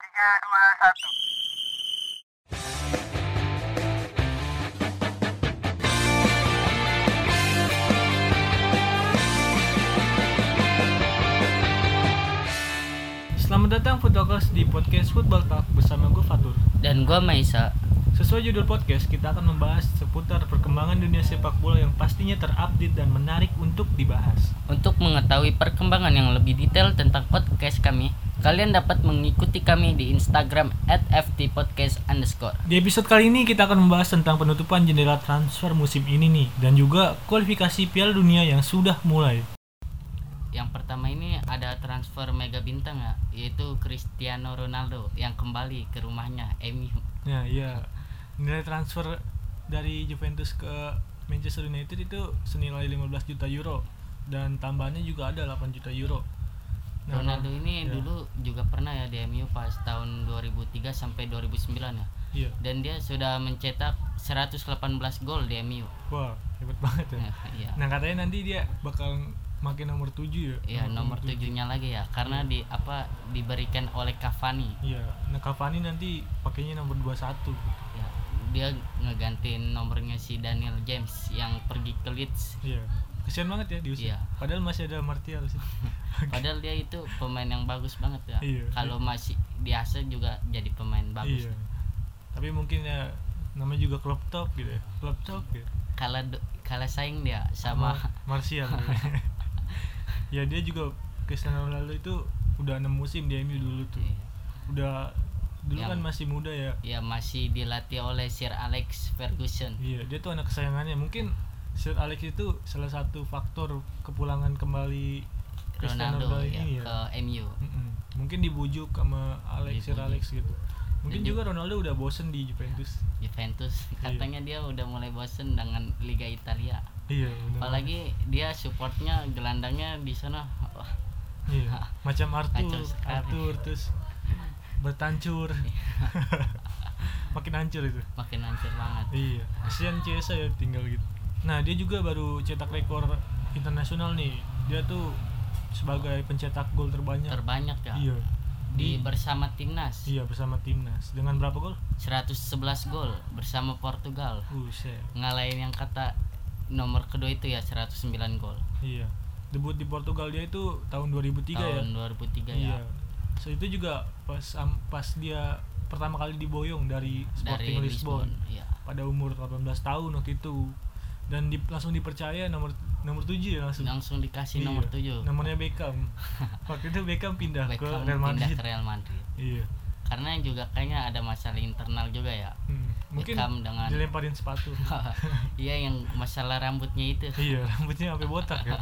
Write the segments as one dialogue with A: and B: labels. A: tiga dua satu
B: Selamat datang Footballers di podcast Football Talk bersama gue Fatur.
C: dan gua Maisa
B: Sesuai judul podcast, kita akan membahas seputar perkembangan dunia sepak bola yang pastinya terupdate dan menarik untuk dibahas.
C: untuk mengetahui perkembangan yang lebih detail tentang podcast kami kalian dapat mengikuti kami di Instagram @ftpodcast underscore
B: Di episode kali ini kita akan membahas tentang penutupan jendela transfer musim ini nih dan juga kualifikasi Piala Dunia yang sudah mulai.
C: yang pertama ini ada transfer mega bintang ya yaitu Cristiano Ronaldo yang kembali ke rumahnya MU
B: Nah, iya. Nilai transfer dari Juventus ke Manchester United itu senilai 15 juta euro dan tambahannya juga ada 8 juta euro. Nah,
C: Ronaldo ini
B: iya.
C: dulu juga pernah ya di MU pas tahun 2003 sampai 2009 ya
B: Iya.
C: dan dia sudah mencetak 118 gol di MU
B: Wah, hebat banget ya.
C: Nah, iya
B: Nah katanya nanti dia bakal makin nomor 7 ya.
C: Iya nomor tujuhnya lagi ya karena di apa diberikan oleh Cavani
B: Iya. Nah Cavani nanti pakainya nomor 21.
C: ya dia ngegantiin nomornya si Daniel James yang pergi ke Leeds
B: Iya. Kesian banget ya diusir.
C: Iya.
B: Padahal masih ada Martial sih.
C: padahal dia itu pemain yang bagus banget ya
B: Iya.
C: kalau masih biasa juga jadi pemain bagus
B: Iya. Tapi mungkin ya namanya juga klub top gitu ya. Klub top ya.
C: kalah do- kalah saing dia sama
B: Mar- Martial. gitu. ya dia juga Cristiano Ronaldo itu udah 6 musim di MU dulu tuh.
C: Iya.
B: Udah dulu
C: Yang-
B: kan masih muda ya.
C: ya masih dilatih oleh Sir Alex Ferguson
B: Iya, dia tuh anak kesayangannya. Mungkin Sir Alex itu salah satu faktor kepulangan kembali Cristiano
C: Ronaldo
B: Ronaldo
C: ya,
B: ini ya.
C: ke MU
B: Mm-mm. Mungkin dibujuk sama Alex Sir
C: Dibujuk.
B: Alex gitu. Mungkin
C: Dan
B: juga Ronaldo udah bosen di Juventus.
C: Juventus katanya dia udah mulai bosen dengan Liga Italia
B: Iya, benar.
C: apalagi dia supportnya gelandangnya di sana Wah,
B: Iya. Macam Arthur,
C: Kacau sekali. Iya.
B: Arthur terus bertancur. Makin hancur itu.
C: makin hancur banget
B: Iya, kasihan Chiesa ya tinggal gitu. Nah, dia juga baru cetak rekor internasional nih. Dia tuh sebagai pencetak gol terbanyak.
C: terbanyak ya
B: Iya.
C: di bersama timnas
B: Iya bersama timnas. Dengan berapa gol?
C: 111 gol bersama Portugal
B: Buset.
C: ngalahin yang kata nomor kedua itu ya 109 gol
B: Iya. Debut di Portugal dia itu tahun 2003 ya.
C: tahun 2003 ya
B: Iya. So itu juga pas am- pas dia pertama kali diboyong dari
C: dari
B: Sporting Lisbon.
C: Lisbon ya
B: pada umur 18 tahun waktu itu. Dan di- langsung dipercaya nomor nomor 7 ya langsung.
C: langsung dikasih
B: Iya.
C: nomor 7
B: Nomornya Beckham. waktu itu Beckham pindah
C: Beckham
B: ke Real
C: pindah
B: Madrid.
C: ke Real Madrid
B: Iya.
C: karena juga kayaknya ada masalah internal juga ya
B: Hmm. Mungkin
C: Beckham dengan
B: dilemparin sepatu.
C: iya yang masalah rambutnya itu
B: iya rambutnya sampai botak ya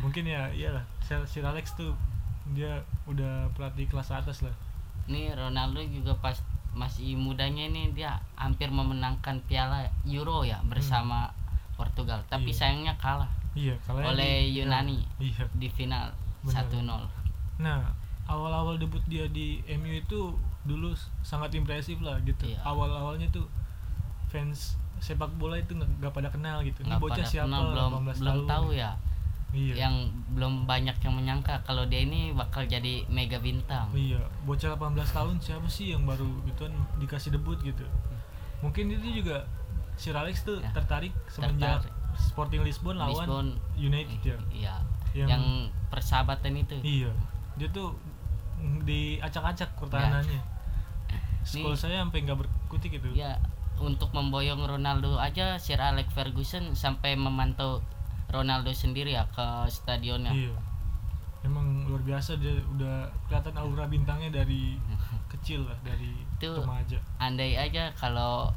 B: mungkin ya iyalah Sir, Sir Alex tuh dia udah pelatih kelas atas lah
C: nih Ronaldo juga pas masih mudanya ini dia hampir memenangkan Piala Euro ya bersama Portugal
B: Hmm.
C: tapi
B: Iya.
C: sayangnya kalah
B: iya kalau
C: oleh Yunani
B: iya
C: di final
B: Benar.
C: 1-0
B: nah awal-awal debut dia di MU itu dulu s- sangat impresif lah gitu
C: Iya.
B: awal-awalnya tuh fans sepak bola itu nggak nggak pada kenal gitu ini
C: nggak
B: bocah
C: pada
B: siapa
C: kenal, belum
B: 18
C: belum
B: tahun
C: tahu ya
B: iya
C: yang belum banyak yang menyangka kalau dia ini bakal jadi mega bintang
B: iya bocah 18 tahun siapa sih yang baru gitu kan dikasih debut gitu mungkin itu juga Sir Alex tuh
C: Ya,
B: tertarik semenjak
C: tertarik.
B: Sporting Lisbon lawan
C: Lisbon
B: United ya
C: iya
B: Yang-
C: yang, persahabatan itu
B: iya dia tuh mm, diacak-acak pertahanannya
C: Ya.
B: sekolah
C: Nih.
B: saya sampai nggak berkutik gitu
C: ya untuk memboyong Ronaldo aja Sir Alex Ferguson sampai memantau Ronaldo sendiri ya ke stadionnya
B: iya emang luar biasa dia udah kelihatan aura bintangnya dari kecil lah dari
C: Itu-
B: remaja
C: andai aja kalau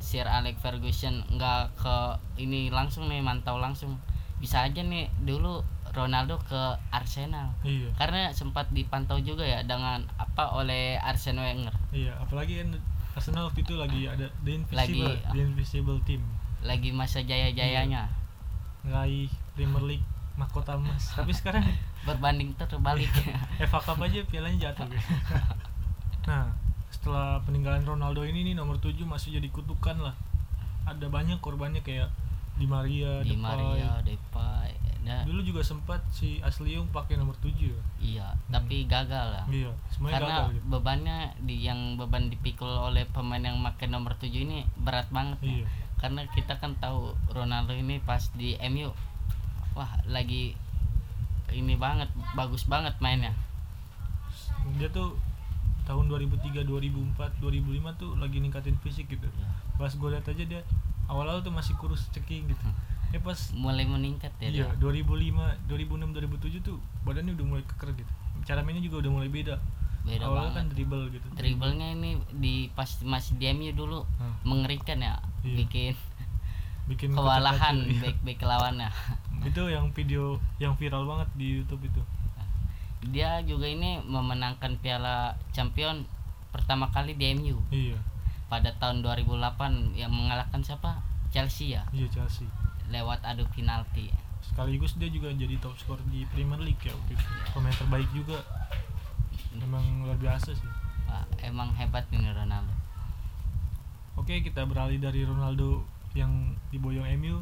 C: Sir Alex Ferguson nggak ke ini langsung nih mantau langsung bisa aja nih dulu Ronaldo ke Arsenal
B: iya
C: karena sempat dipantau juga ya dengan apa oleh Arsene Wenger
B: iya apalagi kan Arsenal waktu itu lagi ada the invisible
C: Lagi-
B: the invisible team
C: lagi masa jaya-jayanya
B: meraih Premier League mahkota emas tapi sekarang
C: berbanding terbalik
B: FA Cup aja pialanya jatuh nah setelah peninggalan Ronaldo ini nih nomor 7 masih jadi kutukan lah ada banyak korbannya kayak Di Maria,
C: di
B: Depay,
C: Maria Depay Nah,
B: Dulu juga sempat si Asliung pakai nomor 7 ya.
C: iya, tapi gagal lah.
B: Iya, semuanya
C: Karena
B: gagal gitu.
C: bebannya di yang beban dipikul oleh pemain yang pakai nomor 7 ini berat banget. ya.
B: Iya.
C: Karena kita kan tahu Ronaldo ini pas di MU wah lagi ini banget, bagus banget mainnya.
B: Dia tuh tahun 2003, 2004, 2005 tuh lagi ningkatin fisik gitu.
C: Iya.
B: Pas gue lihat aja dia awal-awal tuh masih kurus ceking gitu. Eh pas
C: Mulai meningkat ya.
B: Iya,
C: dia.
B: 2005, 2006, 2007 tuh badannya udah mulai keker gitu. Cara mainnya juga udah mulai beda.
C: Beda
B: Awalnya kan
C: banget.
B: dribble gitu.
C: Dribblenya ini di pas masih di MU dulu
B: Hmm.
C: mengerikan ya,
B: Iya.
C: bikin
B: Bikin
C: kewalahan
B: kacau-kacau, iya.
C: back-back lawannya.
B: Itu yang video yang viral banget di YouTube itu.
C: dia juga ini memenangkan Piala Champion pertama kali di MU
B: Iya,
C: pada tahun 2008 yang mengalahkan siapa? Chelsea ya
B: iya Chelsea.
C: lewat adu penalti.
B: Sekaligus dia juga jadi top skor di Premier League ya waktu itu. Pemain terbaik juga. Memang luar biasa sih.
C: Wah, emang hebat ini Ronaldo.
B: Oke, kita beralih dari Ronaldo yang diboyong MU.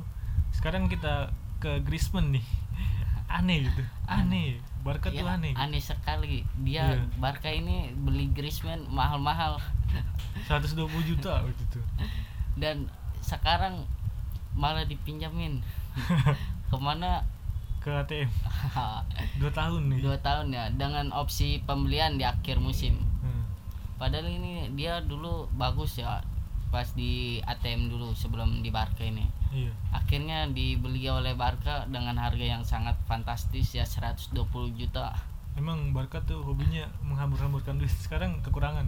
B: Sekarang kita ke Griezmann nih. Aneh gitu. Aneh. Barca tuh
C: Iya,
B: aneh. gitu.
C: aneh sekali. Dia
B: Iya.
C: Barca ini beli Griezmann mahal-mahal
B: 120 juta waktu itu.
C: dan sekarang malah dipinjamin kemana
B: ke ATM dua tahun nih
C: dua tahun ya dengan opsi pembelian di akhir musim
B: Hmm.
C: Padahal ini dia dulu bagus ya pas di ATM dulu sebelum di Barca ini.
B: iya
C: Akhirnya dibeli oleh Barca dengan harga yang sangat fantastis ya 120 juta.
B: emang Barca tuh hobinya menghambur-hamburkan duit sekarang kekurangan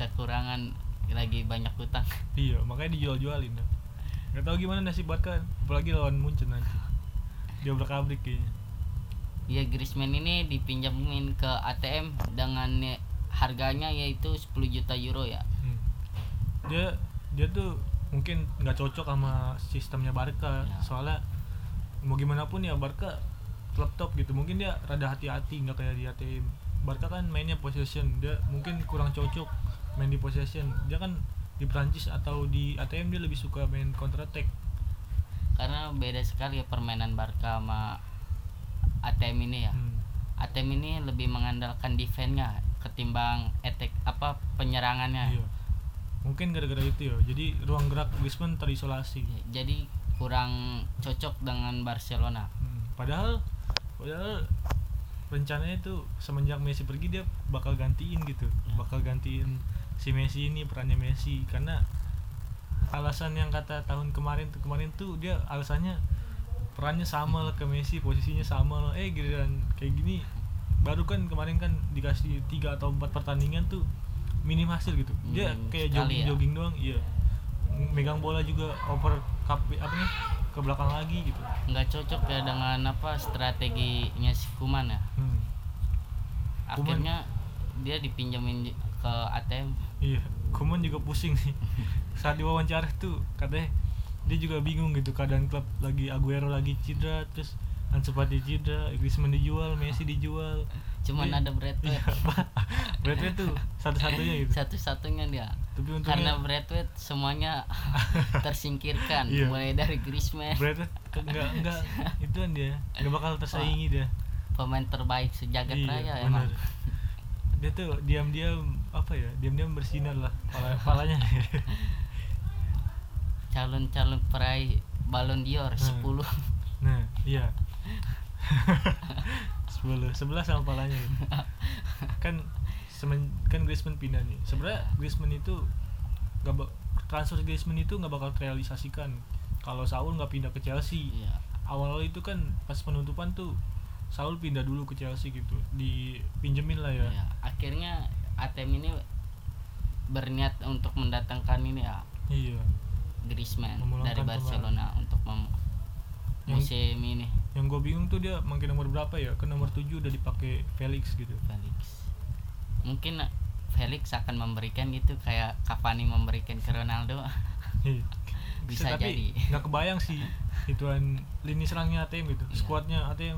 C: Kekurangan lagi banyak hutang.
B: iya makanya dijual-jualin ya. nggak tahu gimana nasib Barca apalagi lawan Munchen nanti dia abrik kayaknya
C: Ya Griezmann ini dipinjamin ke ATM dengan ya, harganya yaitu 10 juta euro ya.
B: Hmm. dia dia tuh mungkin nggak cocok sama sistemnya Barca
C: Ya.
B: soalnya mau gimana pun ya Barca klub top gitu mungkin dia rada hati-hati nggak kayak di ATM Barca kan mainnya possession dia mungkin kurang cocok main di possession dia kan di Prancis atau di ATM dia lebih suka main counter attack
C: Karena beda sekali ya permainan Barca sama ATM ini ya.
B: Hmm.
C: ATM ini lebih mengandalkan defense-nya ketimbang attack apa penyerangannya.
B: iya mungkin gara-gara itu ya jadi ruang gerak Griezmann terisolasi
C: Jadi kurang cocok dengan Barcelona.
B: Hmm, padahal padahal rencananya itu semenjak Messi pergi dia bakal gantiin gitu
C: Hmm.
B: bakal gantiin si Messi ini perannya Messi karena alasan yang kata tahun kemarin tuh kemarin tuh dia alasannya perannya sama lah ke Messi posisinya sama lah eh giliran kayak gini baru kan kemarin kan dikasih tiga atau empat pertandingan tuh minim hasil gitu dia
C: Minim
B: kayak
C: sekali
B: jogging
C: ya.
B: jogging doang iya megang bola juga over cup apa nih ke belakang lagi gitu
C: Nggak cocok ya dengan apa strateginya si Kuman ya.
B: Hmm,
C: Akhirnya dia dipinjamin di- ke ATM.
B: iya, Kuman juga pusing nih. Saat diwawancara tuh katanya dia juga bingung gitu keadaan klub lagi Aguero lagi cedera, terus Ansu Fati cedera, Griezmann dijual, Messi dijual.
C: Cuman
B: Iya.
C: ada Bradway.
B: Iya, Berarti tuh satu-satunya gitu.
C: Satu-satunya dia.
B: Tapi
C: Karena
B: untungnya
C: Bradway semuanya tersingkirkan
B: Iya.
C: mulai dari Griezmann
B: Berarti ke- enggak enggak itu dia enggak bakal tersaingi dia.
C: pemain terbaik sejagat Oh,
B: Iya,
C: raya
B: benar.
C: emang.
B: Dia tuh diam-diam apa ya? Diam-diam bersinar lah pala palanya.
C: calon-calon peraih Ballon d'Or
B: Hmm.
C: 10
B: Nah, iya. 10, 11 sama palanya gitu. Kan semen, kan Griezmann pindah nih. Sebenarnya Griezmann itu nggak bak- transfer Griezmann itu nggak bakal terrealisasikan kalau Saul nggak pindah ke Chelsea.
C: Iya.
B: Awal itu kan pas penutupan tuh Saul pindah dulu ke Chelsea gitu. Dipinjemin lah ya.
C: Iya. akhirnya ATM ini berniat untuk mendatangkan ini ya
B: Iya.
C: Griezmann
B: Memulangkan
C: dari
B: kembali.
C: Barcelona untuk mem-
B: Yang-
C: musim ini
B: Yang gue bingung tuh dia makin nomor berapa ya? Ke nomor 7 udah dipakai Felix gitu.
C: Felix mungkin eh, Felix akan memberikan gitu kayak Cavani memberikan ke Ronaldo
B: Iya.
C: Bisa jadi.
B: tapi nggak kebayang sih ituan lini serangnya ATM gitu
C: Iya.
B: skuadnya ATM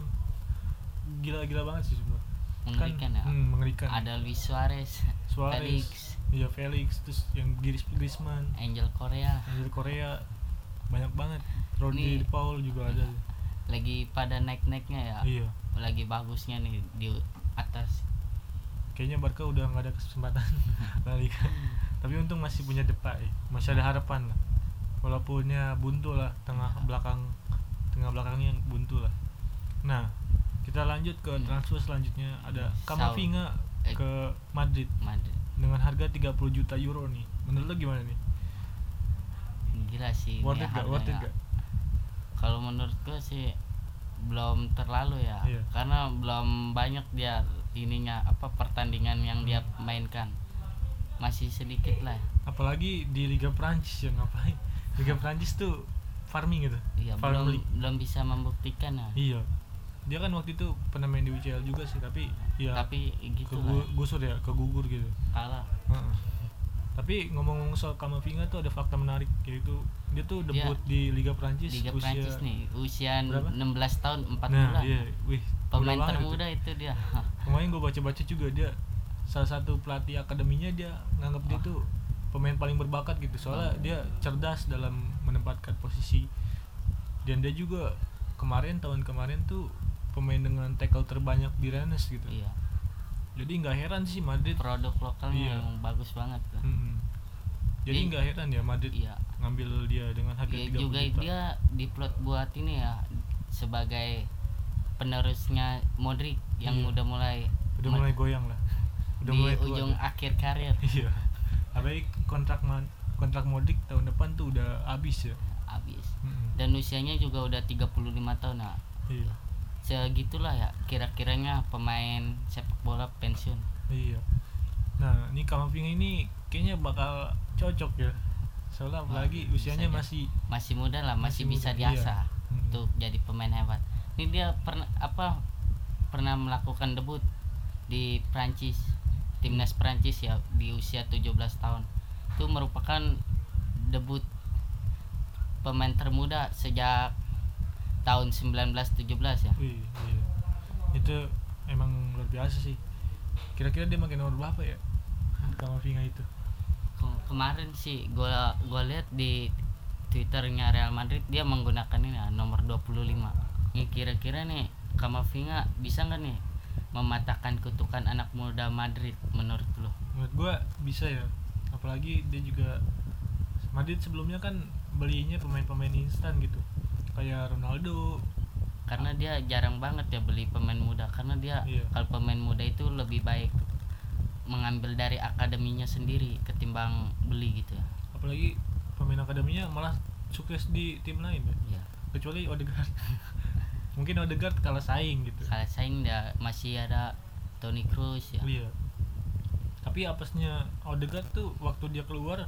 B: gila-gila banget sih semua
C: mengerikan ya
B: hmm, mengerikan
C: ada Luis Suarez,
B: Suarez
C: Felix
B: iya Felix terus yang Giris Griezmann
C: Angel Korea
B: yang dari Korea banyak banget Rodri
C: Nih.
B: Paul juga ada
C: lagi pada naik-naiknya ya
B: Iya.
C: lagi bagusnya nih di atas
B: Kayaknya Barca udah nggak ada kesempatan La Liga. Tapi untung masih punya Depay, masih ada harapan lah. Walaupunnya buntu lah tengah
C: Iya.
B: belakang tengah belakangnya yang buntu lah. Nah, kita lanjut ke
C: Hmm.
B: transfer selanjutnya ada
C: Saul.
B: Kamavinga
C: Iya. Eh.
B: ke Madrid
C: Madrid
B: dengan harga 30 juta euro nih. Menurut lo gimana nih?
C: gila sih ini ya.
B: Worth it gak? Worth it
C: harganya.
B: gak?
C: kalau menurut gue sih belum terlalu ya
B: Iya.
C: karena belum banyak dia ininya apa pertandingan yang dia mainkan masih sedikit lah
B: Apalagi di Liga Prancis yang ngapain? Liga Prancis tuh farming gitu.
C: iya
B: Farm
C: belum
B: league.
C: belum bisa membuktikan ya
B: Iya. Dia kan waktu itu pernah main di UCL juga sih, tapi ya
C: tapi gitu lah
B: kegusur ya, kegugur gitu.
C: kalah
B: Heeh. Tapi ngomong-ngomong soal Kamavinga tuh ada fakta menarik yaitu dia tuh
C: Dia
B: debut di Liga Prancis
C: Iya. Liga
B: usia
C: Prancis nih usia
B: Berapa?
C: 16 tahun 4
B: Nah,
C: bulan
B: iya, wih. muda banget
C: pemain
B: itu.
C: termuda ya. itu dia
B: Kemarin gue baca-baca juga dia salah satu pelatih akademinya dia nganggap dia tuh pemain paling berbakat gitu
C: Oh.
B: soalnya dia cerdas dalam menempatkan posisi dan dia juga kemarin tahun kemarin tuh pemain dengan tackle terbanyak di Rennes gitu
C: iya
B: jadi nggak heran sih Madrid
C: produk lokalnya
B: Iya. Hmm.
C: yang bagus banget lah.
B: Mm-mm. Mm-hmm. jadi
C: Iya.
B: nggak heran ya Madrid
C: iya
B: ngambil dia dengan harga 30
C: Dia Iya juga
B: juta
C: dia diplot buat ini ya sebagai penerusnya Modric yang
B: Iya.
C: udah mulai
B: udah
C: men-
B: mulai goyang lah udah
C: di
B: mulai tua
C: ujung
B: dia.
C: akhir karir
B: iya apalagi kontrak man, kontrak Modric tahun depan tuh udah habis ya
C: habis
B: Mm-mm.
C: dan usianya juga udah 35 tahun nah
B: iya
C: segitulah ya kira-kiranya pemain sepak bola pensiun
B: Iya. Nah, ini Kamavinga ini kayaknya bakal cocok ya. Soalnya
C: Wah,
B: apalagi
C: bisa
B: usianya
C: jadi.
B: masih
C: masih muda lah
B: Masih
C: masih, bisa
B: muda,
C: diasah
B: iya. Mm-mm.
C: untuk jadi pemain hebat ini dia pernah apa pernah melakukan debut di Prancis timnas Prancis ya di usia 17 tahun itu merupakan debut pemain termuda sejak tahun 1917 ya
B: Wih, iya. Itu emang luar biasa sih. Kira-kira dia makin nomor berapa ya? Kamavinga itu.
C: Ke- kemarin sih gua gua lihat di Twitternya Real Madrid dia menggunakan ini ya, nomor 25 ini kira-kira nih Kamavinga bisa nggak nih mematahkan kutukan anak muda Madrid menurut lo
B: Menurut gua bisa ya. Apalagi dia juga Madrid sebelumnya kan belinya pemain-pemain instan gitu. Kayak Ronaldo.
C: karena dia jarang banget ya beli pemain muda karena
B: Ah.
C: dia
B: Iya.
C: kalau pemain muda itu lebih baik mengambil dari akademinya sendiri ketimbang beli gitu ya,
B: Apalagi pemain akademinya malah sukses di tim lain ya.
C: ya.
B: Kecuali Odegaard. Mungkin Odegaard kalah saing gitu.
C: kalau saing dia masih ada Toni Kroos ya
B: Iya. Tapi apesnya Odegaard tuh waktu dia keluar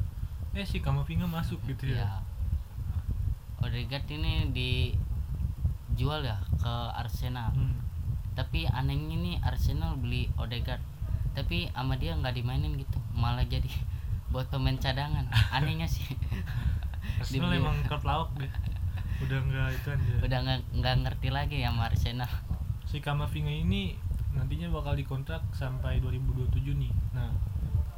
B: eh si Kamavinga masuk gitu
C: ya.
B: ya.
C: Odegaard ini dijual ya ke Arsenal.
B: Hmm.
C: Tapi anehnya ini Arsenal beli Odegaard. Tapi sama dia nggak dimainin gitu, malah jadi buat pemain cadangan. Anehnya sih.
B: Arsenal
C: Dibeli.
B: emang klub lauk deh. Udah enggak itu aja.
C: Udah nggak nggak ngerti lagi ya sama Arsenal.
B: Si Kamavinga ini nantinya bakal dikontrak sampai 2027 nih. Nah,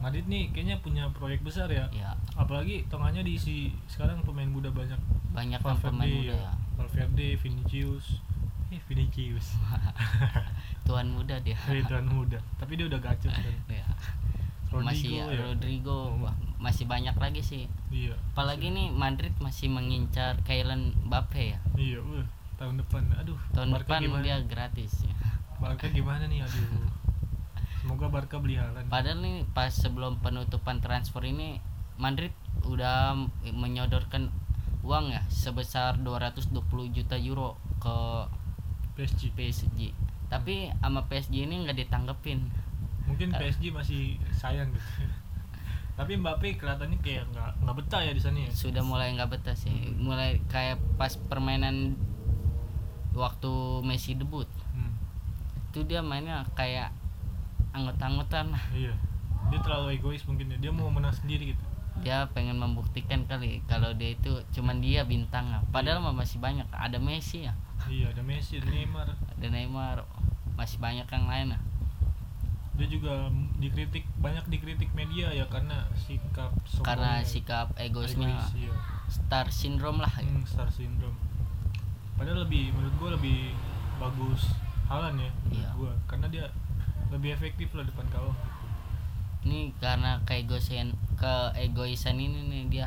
B: Madrid nih kayaknya punya proyek besar ya.
C: Ya,
B: Apalagi tengahnya diisi sekarang pemain muda banyak.
C: banyak kan pemain muda
B: ya.
C: ya.
B: Valverde, Vinicius. Eh, Vinicius.
C: Tuan muda dia.
B: Eh, tuan muda. Tapi dia udah gacor kan.
C: Ya.
B: Rodrigo
C: Masih ya,
B: ya.
C: Rodrigo. Wah, masih banyak lagi sih.
B: Iya.
C: Apalagi nih Madrid masih mengincar Kylian Mbappe ya.
B: Iya, wah, tahun depan. Aduh,
C: Tahun
B: Barca
C: depan
B: gimana?
C: dia gratis ya.
B: Barca gimana nih? Aduh. Semoga Barca beli Haaland.
C: Padahal nih pas sebelum penutupan transfer ini Madrid udah m- menyodorkan uang ya sebesar 220 juta euro ke
B: PSG.
C: PSG. Tapi sama PSG ini nggak ditanggepin.
B: Mungkin
C: Eh.
B: PSG masih sayang gitu. Tapi Mbappe kelihatannya kayak nggak nggak betah ya di sana ya.
C: Sudah mulai nggak betah sih. Mulai kayak pas permainan waktu Messi debut.
B: Hmm,
C: Itu dia mainnya kayak anggot-anggotan.
B: iya. Dia terlalu egois mungkin ya. Dia mau menang sendiri gitu.
C: Dia pengen membuktikan kali kalau dia itu cuman dia bintang. ya. Padahal mah masih banyak. Ada Messi ya.
B: Iya, ada Messi, ada Neymar.
C: ada Neymar masih banyak yang lain lah
B: Dia juga dikritik banyak dikritik media ya karena sikap sombongnya.
C: karena sikap egoisnya
B: ya. egois. Iya.
C: star syndrome lah
B: Hmm, star syndrome. padahal lebih menurut gue lebih bagus Halan ya menurut
C: Iya.
B: gue karena dia lebih efektif lah depan gawang
C: ini karena keegoisan keegoisan ini nih dia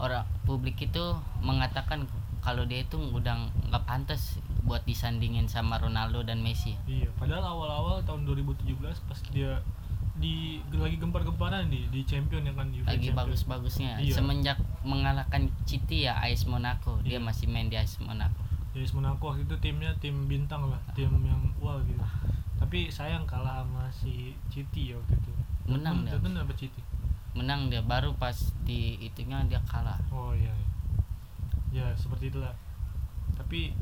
C: orang publik itu mengatakan kalau dia itu udah nggak pantas buat disandingin sama Ronaldo dan Messi
B: iya padahal awal-awal tahun 2017 pas dia di lagi gempar-gemparan di di champion ya kan UEFA
C: lagi
B: Champions.
C: bagus-bagusnya
B: Iya.
C: semenjak mengalahkan City ya AS Monaco dia
B: Iya.
C: masih main di AS Monaco
B: Jadi Monaco waktu itu timnya tim bintang lah, tim yang wah gitu. Tapi sayang kalah sama si Citi ya waktu itu.
C: menang ya? dia
B: Dortmund apa Citi?
C: menang dia baru pas di itunya dia kalah
B: Oh iya. iya. Ya seperti itulah. Tapi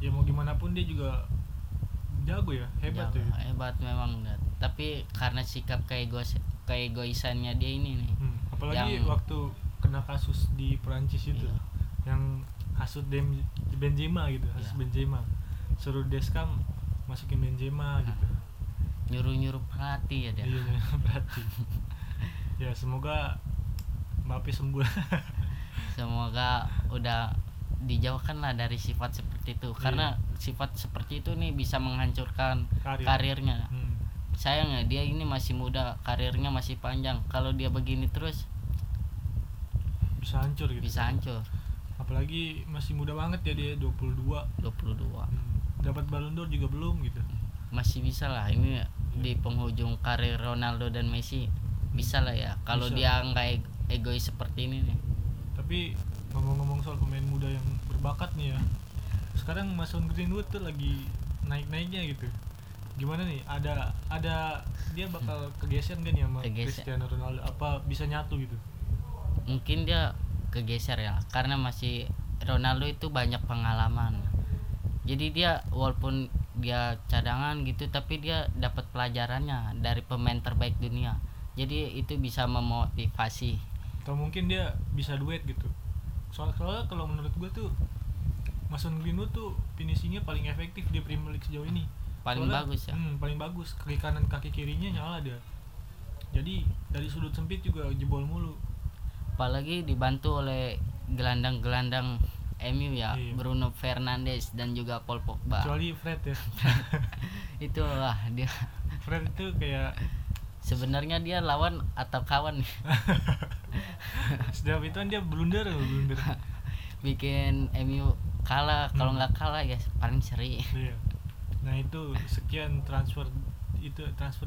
B: ya mau gimana pun dia juga jago ya, hebat
C: Jago,
B: tuh.
C: Iya, hebat memang dia. tapi karena sikap keegois keegoisannya dia ini nih
B: Hmm, Apalagi
C: Yang-
B: waktu kena kasus di Perancis itu,
C: Iya.
B: yang hasut Dem- Benzema gitu, hasut
C: Iya.
B: Benzema. Suruh Deskam masukin
C: Ah,
B: Benzema gitu.
C: nyuruh-nyuruh pelatih ya dia
B: Iya, jangan berarti. ya semoga Mbappe sembuh.
C: semoga udah dijauhkan lah dari sifat seperti itu
B: Iya.
C: karena sifat seperti itu nih bisa menghancurkan
B: Karir.
C: karirnya
B: Hmm.
C: sayang ya dia ini masih muda karirnya masih panjang kalau dia begini terus
B: Bisa hancur gitu.
C: bisa hancur
B: Apalagi masih muda banget ya dia 22.
C: 22
B: Hmm. Dapat Ballon d'Or juga belum gitu.
C: masih bisa lah
B: Iya.
C: ini ya, di penghujung karir Ronaldo dan Messi bisa lah ya kalau
B: Bisa.
C: dia nggak eg- egois seperti ini nih
B: Tapi ngomong-ngomong soal pemain muda yang berbakat nih ya. Sekarang Mason Greenwood tuh lagi naik-naiknya gitu. Gimana nih? Ada ada dia bakal kegeser gak nih sama
C: Kegeser.
B: Cristiano Ronaldo? Apa bisa nyatu gitu?
C: mungkin dia kegeser ya karena masih Ronaldo itu banyak pengalaman jadi dia walaupun dia cadangan gitu tapi dia dapat pelajarannya dari pemain terbaik dunia jadi itu bisa memotivasi
B: atau mungkin dia bisa duet gitu soalnya soalnya kalau menurut gue tuh Mason Greenwood tuh finishingnya paling efektif di Premier League sejauh ini
C: Paling
B: Soalnya-
C: bagus ya?
B: hmm, paling bagus kaki kanan kaki kirinya nyala dia jadi dari sudut sempit juga jebol mulu
C: apalagi dibantu oleh gelandang-gelandang MU ya
B: Iya.
C: Bruno Fernandes dan juga Paul Pogba
B: kecuali Fred ya
C: itu lah dia
B: Fred itu kayak
C: sebenarnya dia lawan atau kawan
B: setiap itu kan dia blunder loh, blunder
C: bikin MU kalah kalau
B: Hmm.
C: nggak kalah ya paling seri
B: Iya. nah itu sekian transfer itu transfer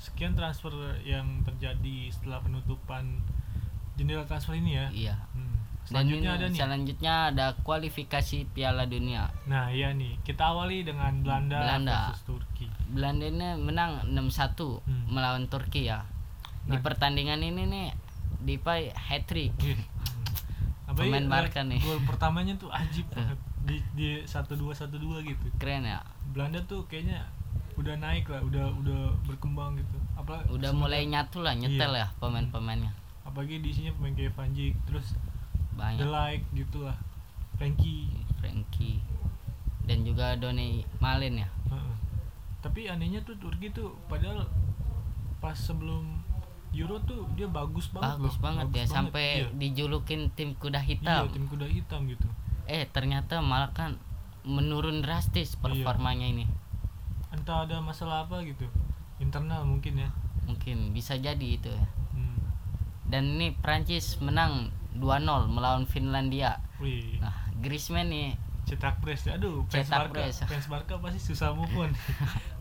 B: sekian transfer yang terjadi setelah penutupan jendela transfer ini ya
C: iya
B: Hmm.
C: Dan
B: Selanjutnya
C: ini-
B: ada nih.
C: Selanjutnya ada kualifikasi Piala Dunia.
B: Nah, iya nih. Kita awali dengan Belanda,
C: Belanda.
B: versus Turki.
C: Belanda ini menang 6-1
B: Hmm.
C: melawan Turki ya. Di
B: Nah.
C: pertandingan ini nih Depay hat trick.
B: Wih. Apa ya,
C: Pemain Barca nih.
B: Gol pertamanya tuh ajib banget. Di di 1-2-1-2 gitu.
C: Keren ya.
B: Belanda tuh kayaknya udah naik lah, udah udah berkembang gitu. Apa
C: Udah mulai nyatu lah, nyetel
B: Iya.
C: ya pemain-pemainnya.
B: apalagi di sini pemain kayak Van Dijk, terus The
C: Banyak
B: Like gitu lah. Frankie.
C: Frankie dan juga Doni Malin ya.
B: Heeh. Tapi anehnya tuh Turki tuh padahal pas sebelum Euro tuh dia bagus banget
C: Bagus
B: loh.
C: banget
B: Bagus
C: ya sampai
B: Iya.
C: dijulukin tim kuda
B: Iya,
C: hitam.
B: tim kuda hitam gitu.
C: Eh, ternyata malah kan menurun
B: Iya.
C: drastis performanya ini.
B: Entah ada masalah apa gitu. Internal mungkin ya.
C: Mungkin bisa jadi itu ya.
B: Hmm.
C: dan ini Prancis menang 2-0 melawan Finlandia.
B: Wih,
C: Nah, Griezmann nih
B: cetak press. ya. Aduh, fans
C: Cetak
B: Barca,
C: press.
B: fans Barca pasti susah move on.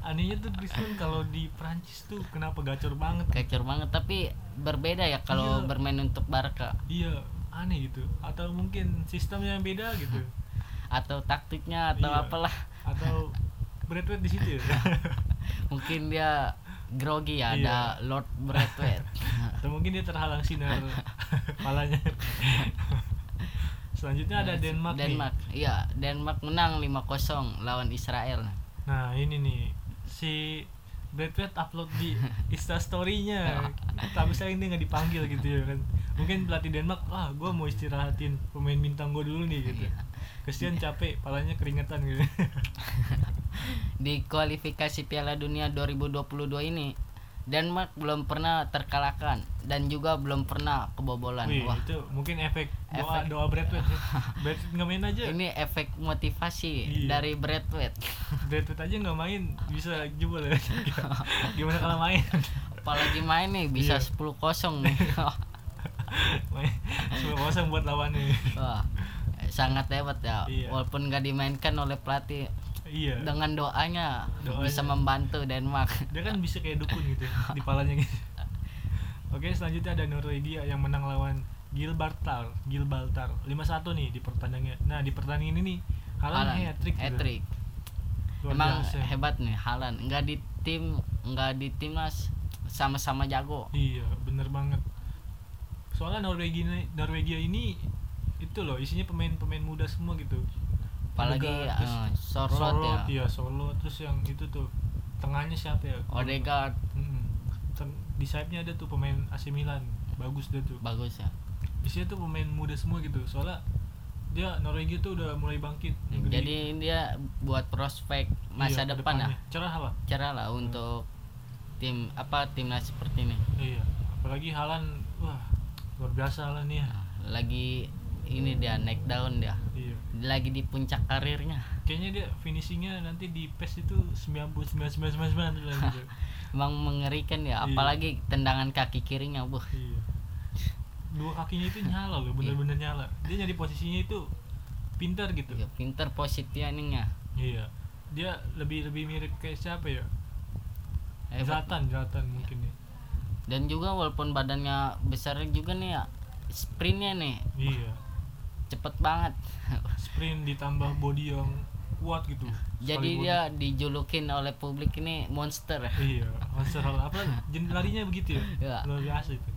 B: Anehnya tuh Griezmann kalau di Prancis tuh kenapa gacor banget.
C: gacor banget tapi berbeda ya kalau
B: Iya.
C: bermain untuk Barca
B: Iya, aneh gitu. Atau mungkin sistemnya yang beda gitu.
C: atau taktiknya atau
B: Iya.
C: apalah.
B: Atau Bradway di situ ya.
C: Mungkin dia grogi
B: Iya.
C: ya ada Lord Braithwaite.
B: Atau mungkin dia terhalang sinar palanya. Selanjutnya ada Denmark, nih.
C: Nah, Denmark. Iya, Denmark menang 5-0 lawan Israel.
B: Nah ini nih si Brad Pitt upload di Insta nya tapi sayang dia nggak dipanggil gitu ya kan. Mungkin pelatih Denmark, ah gue mau istirahatin pemain bintang gue dulu nih
C: Iya.
B: gitu. Kesian capek, palanya keringetan gitu.
C: Di kualifikasi Piala Dunia 2022 ini Denmark belum pernah terkalahkan dan juga belum pernah kebobolan.
B: Wih,
C: Wah,
B: itu mungkin efek doa
C: Efek.
B: doa Bradwood. ya. Bradwood nggak main aja.
C: ini efek motivasi
B: Iya.
C: dari Bradwood.
B: Bradwood aja nggak main bisa jebol ya. Gimana kalau main?
C: Apalagi main nih bisa
B: Iya.
C: 10-0 nih.
B: main semua kosong buat lawannya.
C: Wah, sangat hebat ya.
B: Iya.
C: Walaupun nggak dimainkan oleh pelatih
B: Iya.
C: dengan doanya,
B: Doanya.
C: bisa membantu Denmark.
B: Dia kan bisa kayak dukun gitu di palanya gitu. Oke, selanjutnya ada Norwegia yang menang lawan Gilbartar, Gilbaltar 5-1 nih di pertandingan. Nah, di pertandingan ini nih Haaland
C: Haaland,
B: hat-trick. gitu.
C: hat-trick.
B: Luar
C: Emang
B: biasa.
C: hebat nih Haaland. Nggak di tim, nggak di timnas sama-sama jago.
B: Iya, bener banget. Soalnya Norwegia Norwegia ini itu loh isinya pemain-pemain muda semua gitu.
C: Apalagi
B: Odegaard,
C: eh,
B: terus
C: Sorlot,
B: Sorlot,
C: ya.
B: iya Sorlot. Terus yang itu tuh tengahnya siapa ya?
C: Odegaard
B: Mm-mm. Ten- Di sayapnya ada tuh pemain AC Milan, bagus dia tuh.
C: bagus ya.
B: Isinya tuh pemain muda semua gitu. Soalnya dia Norwegia tuh udah mulai bangkit. iya,
C: Hmm, Jadi dia buat prospek masa depan ya.
B: Cerah lah.
C: Cara lah untuk tim apa timnas seperti ini.
B: Iya. Apalagi Halan, wah luar biasa Halan ya.
C: Nah, Lagi ini dia naik daun dia.
B: Iya.
C: Lagi di puncak karirnya.
B: kayaknya dia finishingnya nanti di PES itu 9999 tuh gitu. lagi tuh.
C: Emang mengerikan ya,
B: Iya.
C: apalagi tendangan kaki kirinya, buh.
B: iya dua kakinya itu nyala loh bener-bener
C: Iya.
B: nyala dia nyari posisinya itu pintar gitu
C: Ya, pinter positioningnya.
B: iya dia lebih lebih mirip kayak siapa ya
C: Hebat.
B: Zlatan Zlatan mungkin ya
C: Dan juga walaupun badannya besar juga nih ya, sprintnya nih
B: iya
C: cepet banget.
B: sprint ditambah body yang kuat gitu
C: Jadi
B: Solid
C: dia dijulukin oleh publik ini monster.
B: body. iya monster Haaland. apa jen- larinya begitu ya
C: Iya.
B: luar biasa itu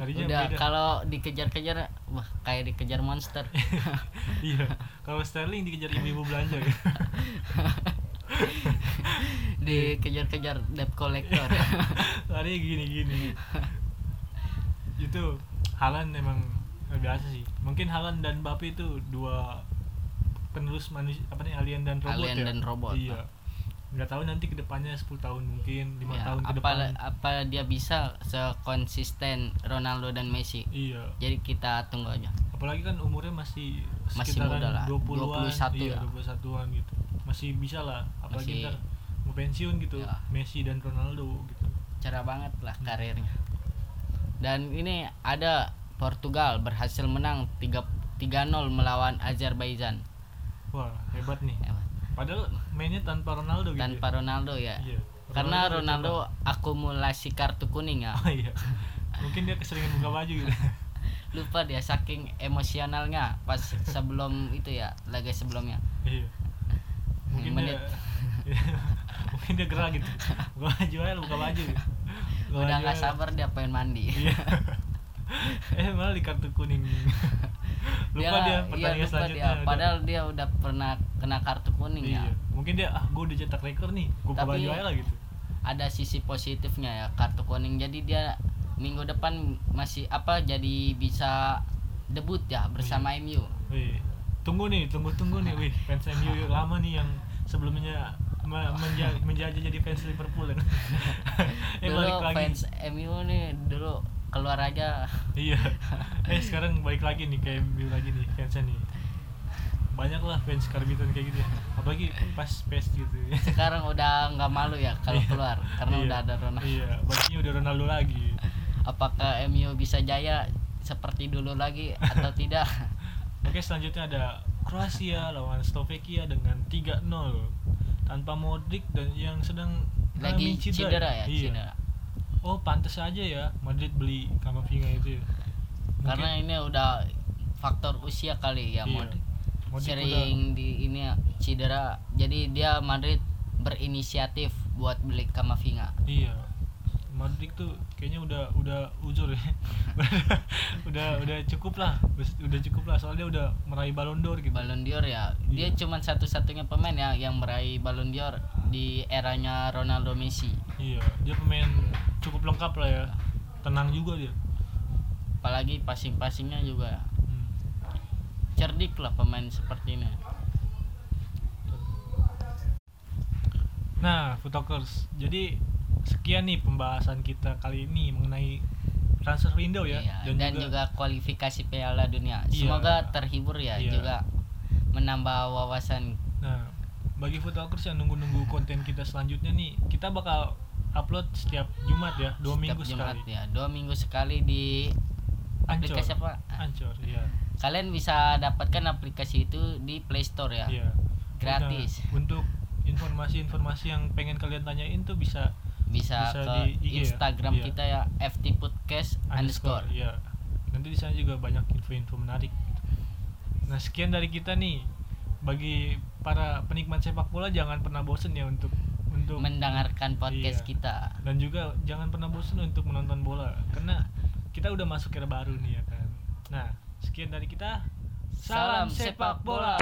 B: larinya
C: Udah
B: beda
C: kalau dikejar-kejar, wah kayak dikejar monster.
B: iya kalau Sterling dikejar ibu-ibu belanja gitu.
C: dikejar-kejar debt collector.
B: Iya, lari gini gini itu Halan emang luar biasa sih mungkin Halan dan Mbappe itu dua penerus manusia apa nih alien dan robot
C: Alien
B: ya
C: dan robot. nah.
B: iya nggak tahu nanti kedepannya 10 tahun mungkin lima
C: Ya,
B: tahun ke
C: apa
B: depan
C: apa dia bisa sekonsisten Ronaldo dan Messi.
B: iya
C: Jadi kita tunggu aja.
B: apalagi kan umurnya masih
C: Masih
B: sekitaran
C: muda lah,
B: 20-an iya,
C: 21 ya.
B: 21-an gitu masih bisa lah apalagi
C: Masih-
B: ntar mau pensiun gitu
C: Ya.
B: Messi dan Ronaldo gitu
C: Cerah banget lah
B: Hmm.
C: karirnya. Dan ini ada Portugal berhasil menang 3 3-0 melawan Azerbaijan.
B: wah hebat nih
C: Ya, Pak.
B: padahal mainnya tanpa Ronaldo Oh, gitu
C: Tanpa Ronaldo ya.
B: Iya.
C: Karena
B: udah
C: Ronaldo akumulasi kartu kuning ya.
B: coba. Oh iya. Mungkin dia keseringan buka baju gitu.
C: Lupa dia saking emosionalnya pas sebelum itu ya, laga sebelumnya.
B: iya. Mungkin
C: Menit.
B: dia Mungkin dia gerak gitu. Buka baju aja buka baju. Gitu. Buka
C: Udah
B: baju
C: nggak
B: aja.
C: sabar dia pengen mandi.
B: Iya. eh malah di kartu kuning. lupa dia,
C: Dia- iya,
B: pertandingan
C: lupa
B: selanjutnya.
C: dia.
B: udah.
C: Padahal dia udah pernah kena kartu kuning
B: iya.
C: ya.
B: Mungkin dia ah gue udah cetak rekor nih. Gue buka
C: Tapi-
B: baju aja lah gitu.
C: Ada sisi positifnya ya kartu kuning. Jadi dia minggu depan masih apa jadi bisa debut ya
B: Iya.
C: bersama MU.
B: Wih. Tunggu nih, tunggu-tunggu nih, wih fans MU yang lama nih yang sebelumnya me- menja- menjajah jadi fans Liverpool kan. eh balik
C: Dulu
B: lagi.
C: fans MU nih dulu keluar aja
B: iya eh sekarang balik lagi nih kayak MU lagi nih fansnya nih banyak lah fans karbitan kayak gitu ya apalagi pas pes gitu ya
C: sekarang udah nggak malu ya kalau
B: Iya.
C: keluar karena
B: Iya.
C: udah ada Ronaldo.
B: iya bajunya udah Ronaldo lagi
C: Apakah MU bisa jaya seperti dulu lagi atau tidak?
B: oke selanjutnya ada Kroasia lawan Slovakia dengan 3-0 tanpa Modric dan yang sedang
C: Lagi
B: alami
C: cedera ya,
B: Iya.
C: cedera.
B: oh pantas aja ya Madrid beli Kamavinga itu ya. Mungkin-
C: Karena ini udah faktor usia kali
B: Iya.
C: ya Modric.
B: Modric udah-
C: sering di ini ya, cedera jadi dia Madrid berinisiatif buat beli Kamavinga
B: Iya. Madrid tuh kayaknya udah udah uzur ya. udah udah cukup lah. Udah cukup lah soalnya dia udah meraih Ballon d'Or gitu.
C: Ballon d'Or ya dia
B: Iya.
C: cuman satu-satunya pemain ya yang meraih Ballon d'Or di eranya Ronaldo Messi
B: Iya, dia pemain cukup lengkap lah ya. Tenang juga dia.
C: apalagi passing-passingnya juga
B: Hmm.
C: cerdik lah pemain seperti ini
B: Nah, Footokers. Jadi sekian nih pembahasan kita kali ini mengenai transfer window ya
C: Iya, dan, juga, kualifikasi Piala Dunia.
B: Iya.
C: Semoga terhibur ya
B: Iya.
C: juga menambah wawasan.
B: nah bagi footwalkers yang nunggu-nunggu konten kita selanjutnya nih kita bakal upload setiap Jumat ya dua
C: setiap
B: minggu
C: Jumat
B: sekali
C: ya. Dua minggu sekali di
B: Ancor.
C: aplikasi apa?
B: ancor ya
C: Kalian bisa dapatkan aplikasi itu di Play Store ya.
B: Iya.
C: Gratis.
B: Udah, untuk informasi-informasi yang pengen kalian tanyain tuh bisa
C: Bisa,
B: Bisa
C: ke
B: di IG ya?
C: Instagram
B: Iya.
C: kita ya ftpodcast underscore.
B: Iya. Nanti di sana juga banyak info-info menarik. gitu. Nah, sekian dari kita nih. Bagi para penikmat sepak bola jangan pernah bosen ya untuk untuk
C: mendengarkan podcast
B: Iya.
C: kita.
B: dan juga jangan pernah bosen untuk menonton bola karena kita udah masuk era baru nih ya kan. Nah, sekian dari kita.
C: Salam sepak bola.